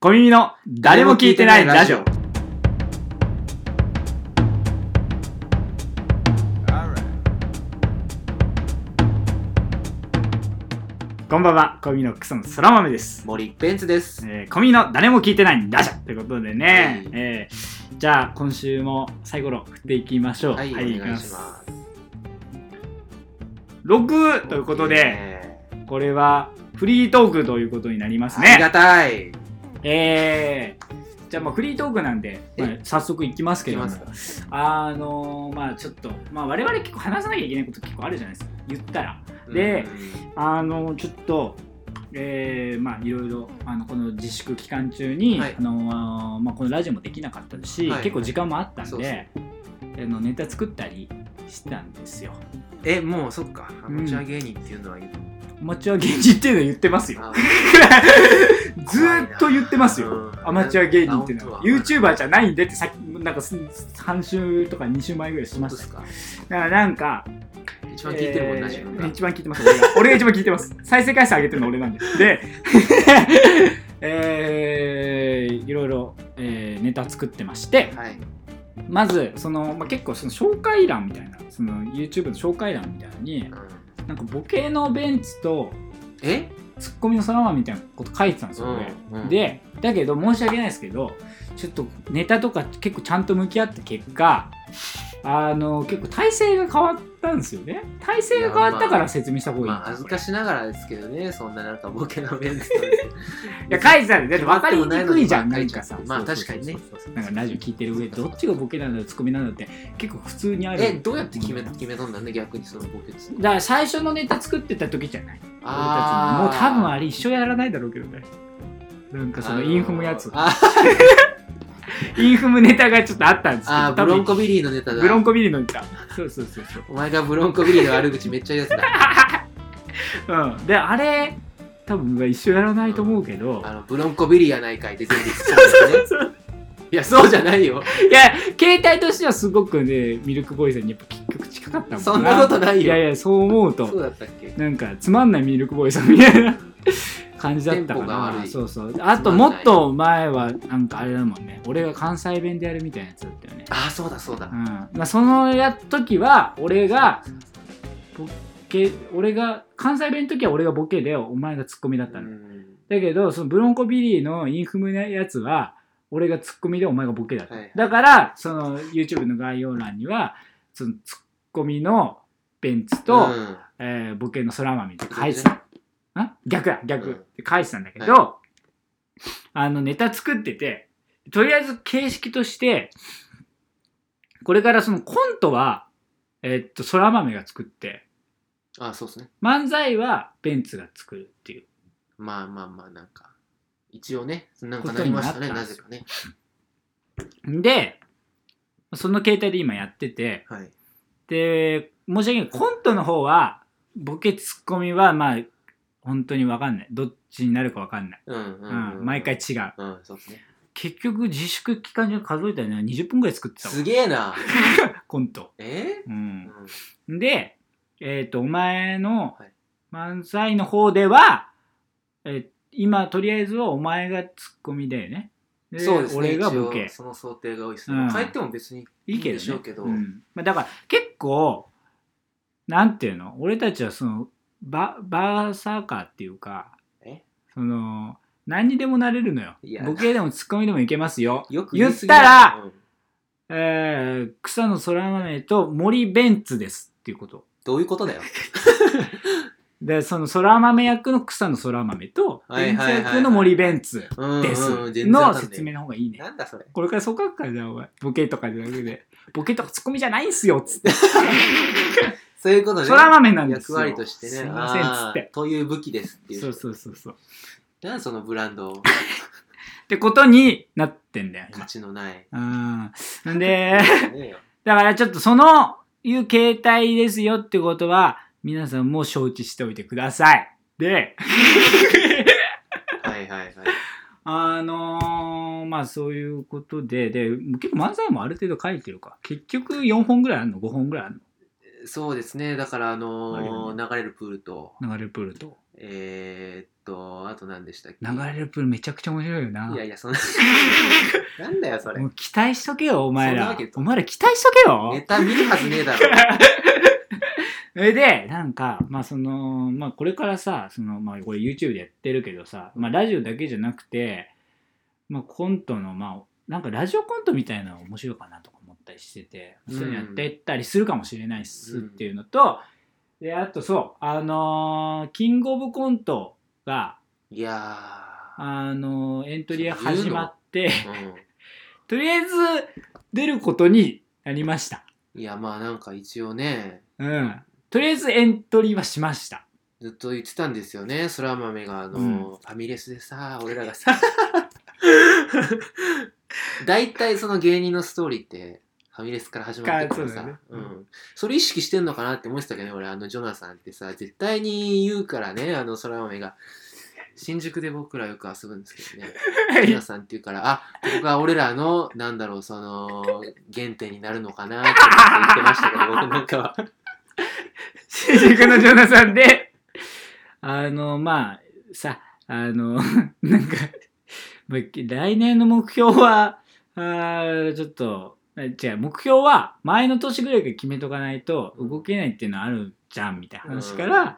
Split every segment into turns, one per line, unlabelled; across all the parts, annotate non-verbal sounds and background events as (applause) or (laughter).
小耳の誰も聞いてないラジオ。こんばんは、小耳のクソの空豆です。
森ベンツです。
えー、小耳の誰も聞いてないラジオということでね、
はい
えーじゃあ今週も最後の振っていきましょう。
はい、お願いし
行
ます。
きます6ということで、
ね
これはフリートークということになります
あり
ね。
がたい。
えー、じゃあまあフリートークなんで、
え
まあ早速いきますけども
いきま
あのー、まあちょっと、まあ、我々結構話さなきゃいけないこと結構あるじゃないですか言ったらであのー、ちょっとえー、まあいろいろあのこの自粛期間中に、
はい
あのーまあ、このラジオもできなかったし、
はい
結構時間もあったんで
そうそう
あのネタ作ったりしてたんですよ
うんえ、もうそっか。ア
うん
マチュア芸人っていうのは言って
アマチュア芸人っていうのは言ってますよ
あ
ずーっと言ってますよ
うん
アマチュア芸人っていうの
あ
は
本当は
YouTuber じゃないんでってさっきなんかす3週とか2週前ぐらいし
本
ま
当
し
で
た
すか。
だからなんか
一番聞いてるもんな、
えー
自分が。
一番聞いてます俺が (laughs) 俺が一番聞いてます再生回数上げてるの俺なんで
(laughs)
で (laughs) えーいろいろ、えーネタ作ってまして
はい。
まずその、まあ、結構その紹介欄みたいなその YouTube の紹介欄みたいなのに
うん
なんかボケのベンツと
え
ツッコミのサラマンみたいなこと書いてたんですよ、俺
うんうん
でだけど申し訳ないですけどちょっとネタとか結構ちゃんと向き合った結果あの結構体勢が変わったんですよね体勢が変わったから説明した方がいい
まあ、恥ずかしながらですけどね、そんななんかボケのベンツと。
いや書いてたんだって分かりにくいじゃん
決
な
まってもないのに
んかさ
まあ確かにね
そうそうそうなんかラジオ聞いてる上どっちがボケなんだろうツッコミなんだろうって結構普通にある
え、どうやって決め
だか
決めとんだね、逆にそのボケつ。
ら最初のネタ作ってた時じゃない
あー
俺たちももう多分あれ一生やらないだろうけどねなんかそのインフムやつ
あ
インフムネタがちょっとあったんですけど
あー、
多
ブ
分
ロンコビリーのネタだ。
ブロンコビリのネタそうそうそうそう
お前がブロンコビリーの悪口めっちゃ言うやつ
(laughs)
だ。
うん、であれ多分一緒やらないと思うけど、
あの、ブロンコビリーやないかいって全部言ってたんですね。
そう
いや、そうじゃないよ。
いや携帯としてはすごくねミルクボーイさんにやっぱ結局近かったもん
そんなことないよ
いやいやそう思う
そう
と
だったっけ
なんかつまんないミルクボーイさんみたいな (laughs) 感じだったか
テンポが
な
悪い
そうそうあと
つま
も
んない
っと前はなんかあれだもんね俺が関西弁でやるみたいなやつだったよね
ああ、そうだそうだ
うん。まあ、そのやっ時は俺がボケ俺が関西弁の時は俺がボケでお前がツッコミだったの、
うん
だけど、そのブロンコビリーのインフムのやつは、俺がツッコミでお前がボケだった。
はいはい
だから、その YouTube の概要欄には、そのツッコミのベンツと、
うん
えーボケの空豆って書いてた。あ逆だ、逆。
うん
って書いてたんだけど、あの、ネタ作ってて、とりあえず形式として、これからそのコントは、えーっと、空豆が作って、
ああ、そうですね。
漫才はベンツが作るっていう。
まあまあまあ、なんか。一応ね、なん
こ
か
と
な
に
り
な
ま
った
したね、なぜかね。
で、その携帯で今やってて、
はい。
で、申し訳ない。コントの方は、ボケツッコミは、まあ、本当にわかんない。どっちになるかわかんない。
うんう
うんん、
うん。
毎回。違う。
うん、そうですね。
結局、自粛期間中数えたらね、20分ぐらい作ってたわ
すげえ
(laughs)
な。
コント。
え
う
ー
ん。
うん
で、えっ、と、お前の
はい
漫才の方では、えー今、とりあえずはお前がツッコミだよね。で
そうですね。
俺が
一応
ボケ。
その想定が多いです
うん
ね。帰っても別に
いいけどね。
でしょうけど。
んまあ、だから結構なんていうの俺たちはそのババーサーカーっていうか
え
その何にでもなれるのよ
いや
ボケでもツッコミでもいけますよ、
よく
言っ
すぎだ
たら
うん
えー草野空豆と森ベンツですっていうこと
どういうことだよ。
でその空豆役の草野空豆と
はい
ベ
はい
ンツ
はいはい
役の森ベンツ
うんうん
です
うん全然わ
の
かんねえ
説明の方がいいね
なんだそれ。
これからそう書くからじゃあお前ボケとかじゃなくてボケとかツッコミじゃないんすよっつって
そういうことね。
空豆なんです
役
よ
割としてね。
すいませんっつっ
あ
て
ーという武器ですっていう。
そうそうそうそう
なんそのブランドを
ってことになってんだよ、今
価値のない。
うん。で、 (laughs)
ね
だからちょっとその、いう形態ですよってことは、皆さんも承知しておいてください。で、
はいはいはい。
あのーまあそういうことで、で、結構漫才もある程度書いてるか。結局4本ぐらいあるの ?5 本ぐらいある
そうですね。だからあのー
あるよ
流れるプールと
の流れプールと。
えー、っと、あと何でしたっけ
流れるプールめちゃくちゃ面白いよない
やいや、
(laughs)
そんな。なんだよ、それ
も。う期待しとけよお前
そんな
ら
わけと
お前ら期待しとけよ
ネタ見るはずねえだろ。
それで、なんか、まあその、まあこれからさ、その、まあこれ YouTube でやってるけどさ、まあラジオだけじゃなくて、まあコントの、まあ、なんかラジオコントみたいなの面白いかなとか思ったりしてて、
うん
そういうのやってったりするかもしれないっすっていうのと、で、あとそう、あのーキングオブコントが、
いや
あのーエントリーが始まって、
ー。う
とりあえず出ることになりました。
ん。いや、まあなんか一応ね、
うん。とりあえずエントリーはしました。
ずっと言ってたんですよね、空豆が、あの、
うん
ファミレスでさ、俺らが
(laughs)
さ、大体その芸人のストーリーって、ファミレスから始まって
か
くから
そうだ
さ、
よね
う。
うん
それ意識してんのかなって思ってたけどね、俺、あの、ジョナサンってさ、絶対に言うからね、あの、空豆が。新宿で僕らよく遊ぶんですけどね。ジョ
(laughs)
ナサンって言うから、あ、ここが俺らの、なんだろう、その、原点になるのかなって言ってましたけど、僕なんかは。
新宿のジョナさんで、あの、まあ、さ、あの、 (laughs) なんか、まあ来年の目標は、あーちょっと、あ違う、目標は前の年ぐらいから決めとかないと動けないっていうのはあるじゃん、みたいな話から、
うん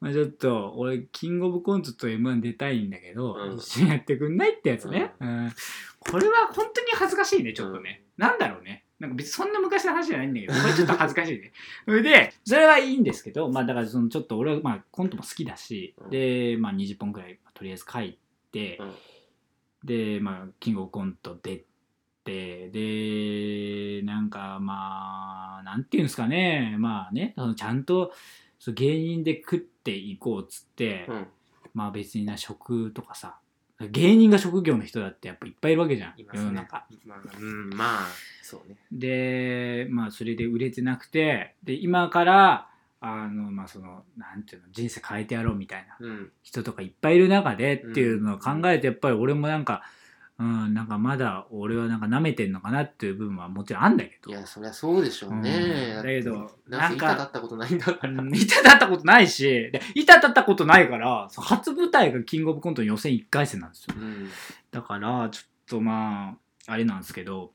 まあちょっと、俺、キングオブコントと M1 出たいんだけど、
うん
一緒にやってくんないってやつね、うんこれは本当に恥ずかしいね、ちょっとね。なんだろうね。なんか別にそんな昔の話じゃないんだけど、これちょっと恥ずかしいね。それで、それはいいんですけど、まあだからそのちょっと俺はまあコントも好きだし、
うん
で、まあ20本くらいとりあえず書いて、
うん
で、まあキングオブコント出て、で、なんかまあ、なんていうんですかね、まあね、そのちゃんとそう芸人で食っていこうっつって、
うん。
まあ別にな職とかさ、芸人が職業の人だってやっぱいっぱいいるわけじゃん、
いま
世
す
の
ね
中。。
まあ、うん、まあ、そうね。
でまあそれで売れてなくてで今からあのまあそのなんていうの人生変えてやろうみたいな
うん。
人とかいっぱいいる中でっていうのを考えてやっぱり俺もなんかうんなんかまだ俺はなんか舐めてんのかなっていう部分はもちろんあんだけ
い
ど
や、そりゃそうでしょうね。
うんだけど
なん
なん
せ
か
板立ったことないんだから。
うん板だったことないしで板だったことないからそう初舞台がキングオブコントの予選1回戦なんですよ
うん。
だからちょっとまああれなんですけど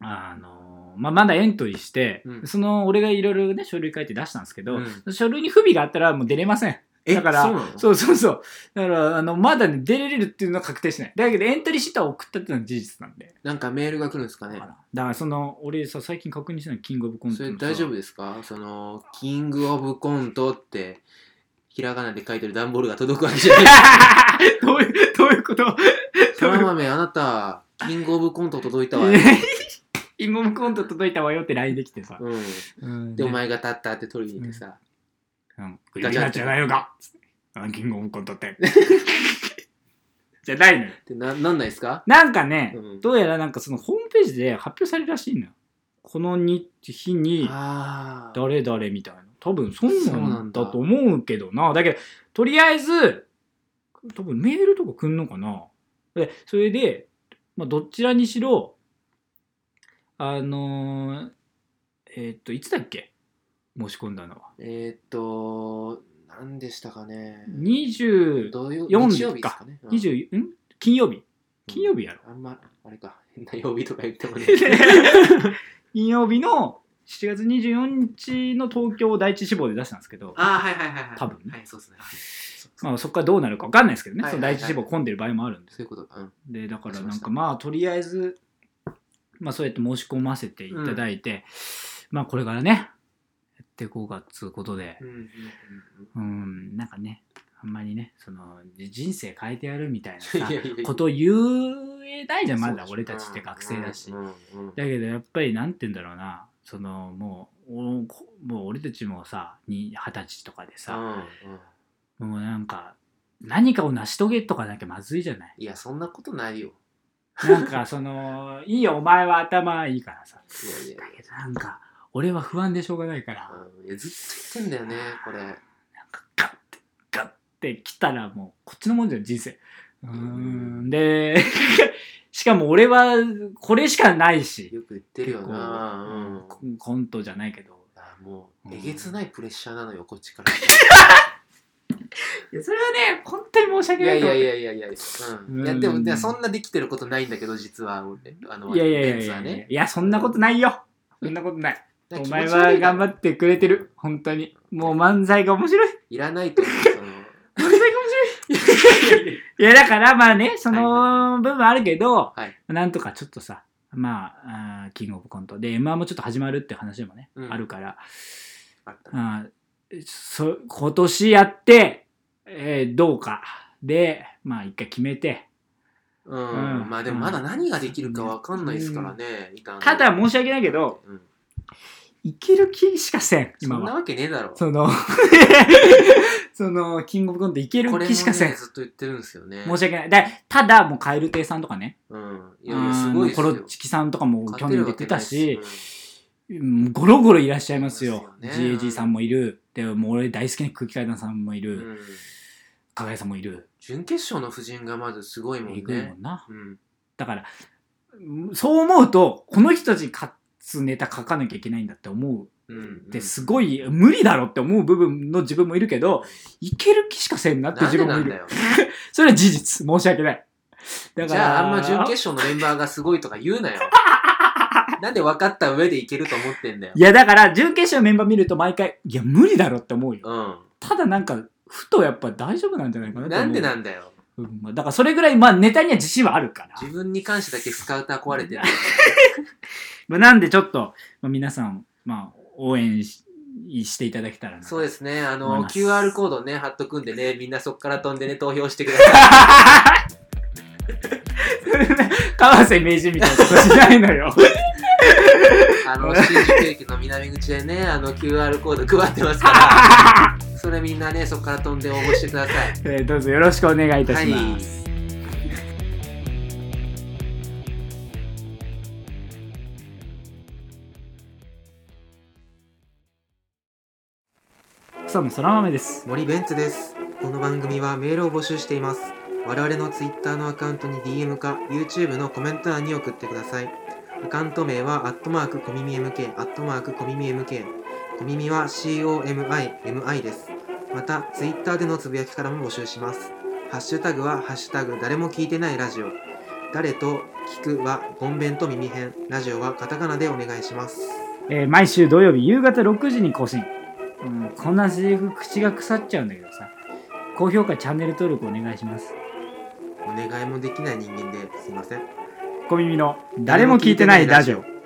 あの、まあ、まだエントリーして、
うん
その俺がいろいろね書類書いて出したんですけど、
うん
書類に不備があったらもう出れません
え
だから
そうなの
そうそうそうだからあのまだね出れるっていうのは確定しないだけどエントリーシートは送ったっていうのは事実なんで
なんかメールが来るんですか
だ
ね
からだからその俺さ最近確認したのキングオブコント
そ
の
れ
さ
大丈夫ですかその、キングオブコントって、ひらがなで書いてる段ボールが届くわけじゃない。
(laughs) どういうどういうこと
そら豆、あなた、キングオブコント届いたわ。
(laughs) キングオブコント届いたわよって LINE できてさ、
うん。
うん
で、お前が立ったって取りに行ってさ。
うん、クリアじゃないのかランキングオブコント (laughs) って。じゃないのよ。
ってな、なんないですか
なんかね、
うん
どうやらなんかそのホームページで発表されるらしいのよ。この日日に
ああ。
誰々みたいな。多分そ
そうんな
なんん
だ
だと思うけどな。だけど、とりあえず、多分メールとか来んのかな。でそれで、まあ、どちらにしろ、あのーえーっと、いつだっけ申し込んだのは。
えーっと、何でしたかね。
20、
土曜
四
日曜日ですかね。うん
20ん金曜
(laughs)
日金曜日やろ
あんま、あれか、変な曜日とか言って
(laughs)
もね。
金曜日の7月24日の東京を第一志望で出したんですけど
ああ、はいはいはいはい。
多分ね
はい、そうですね。
まあ、そこからどうなるか分かんないですけどね、
はい
その第一志望混んでる場合もあるんです
そういうことか。うん。
でだから
わかりま
な
し
ん
た
かまあとりあえず、まあ、そうやって申し込ませていただいて、まあこれからねやっていこうかっつうことで
うんうんうん
うんなんかねあんまりねそのじ人生変えてやるみたいな
うん (laughs) い
さ
やいやいや
こと言えないじゃんまだ俺たちって学生だし。
うんうんうん
だけどやっぱりなんて言うんだろうなそのもうおこもう俺たちもさに二十歳とかでさ、
うんうん
もうなんか何かを成し遂げとかなきゃまずいじゃない
いや、そんなことないよ。
なんかそのいいよお前は頭いいからさ
いやいや
だけどなんか俺は不安でしょうがないから、なん
うんいやずっと言ってんだよね、これ。
かガッてガッて来たらもうこっちのもんじゃん人生うー
うん
で (laughs) しかも俺はこれしかないし
よく言ってるよな。うん
コンコントじゃないけど
あも
う
う、
ん
えげつないプレッシャーなのよ、こっちから。
いやそれはね本当に申し
い
訳な
や
い
い
と思う
やいやいやいや、うん、いやで
う
も
ん
いやそんなできてることないんだけど実は俺あの
いやいやいや
ベン
い
ツ
や
はい
や
ね
いやそんなことないよそんなことないお前は頑張
って
ってくれてる本当にもう漫才が面白い
いらないと思うそ
漫
の
才が面白いいやだからまあねその部分あるけど、
はい
なんとかちょっとさまああーキングオブコントで m 1もちょっと始まるって話もね、
うん
あるから
あった
あーそ今年やって、えーどうかでまあ一回決めて
うん、
うん
まあでもまだ何ができるかわかんないですからね、いかん
ただ、申し訳ないけど
うん、
いける気しかせん
そ
今
んな
は
わけねえだろ
その (laughs) そのキングオブコントいける
これも、ね、
気しか
ず
せ
っ
ん
と言ってるんですよね
申し訳ないだただもう蛙亭さんとかね
うんい
あ
やいやすごい
の
です
コロ
よ
ッチキさんとかも去
勝
年
てる
出
わ
て
けない
た
です
し、うんゴロゴロいらっしゃいますよ
いますよね
GAG さんもいるでもう俺大好きな空気階段さんもい
うん
る、
うん
加賀谷さんもいる
準決勝の布陣がまずすごいもん
えぐい
ね
もんな
うん
だからうんそう思うとこの人たちに勝つネタ書かなきゃいけないんだって思
う
うんってすごい無理だろって思う部分の自分もいるけどいける気しかせんなって
なん
自
で
分も
ないんだ
る
よ
それは事実申し訳ないだ
じ
から
ゃああんま準決勝のメンバーがすごいとか言う
(laughs)
なよなんで分かった上でいけると思ってんだよ
いやだから準決勝のメンバー見ると毎回いや無理だろって思うよ
う
ただなんかふとやっぱ大丈夫なんじゃないかなっ
ん
て思う
なんでなんだよ
うんまあだからそれぐらいまあネタには自信はあるから、
自分に関してだけスカウター壊れてる
まあ、なんでちょっと、まあ、皆さん、まあ、応援ししていただけたらな
そうですねあ
思い
の
ます
QR コードね貼っとくんでねみんなそこから飛んでね投票してく
(laughs)
ださい
(laughs) 川瀬名人みたいなことしないの
(laughs)
よ
あの新宿駅の南口でねあの QR コード配ってま
(laughs)
すからそれみんなねそこから飛んで応募してください
えーどうぞよろしくお願いいたします、
はい
草野そら豆です
森ベンツですこの番組はメールを募集しています我々の Twitter のアカウントに DM か YouTube のコメント欄に送ってくださいアカウント名はアットマークコミミ MK アットマークコミミ MK コミミは COMIMI ですまた Twitter でのつぶやきからも募集しますハッシュタグはハッシュタグ誰も聞いてないラジオ誰と聞くはゴンベンと耳編ラジオはカタカナでお願いします
えー毎週土曜日夕方6時に更新、うん、こんなセリフ口が腐っちゃうんだけどさ高評価チャンネル登録お願いします
お願いもできない人間ですいません
小耳の誰も聞いてないラジオ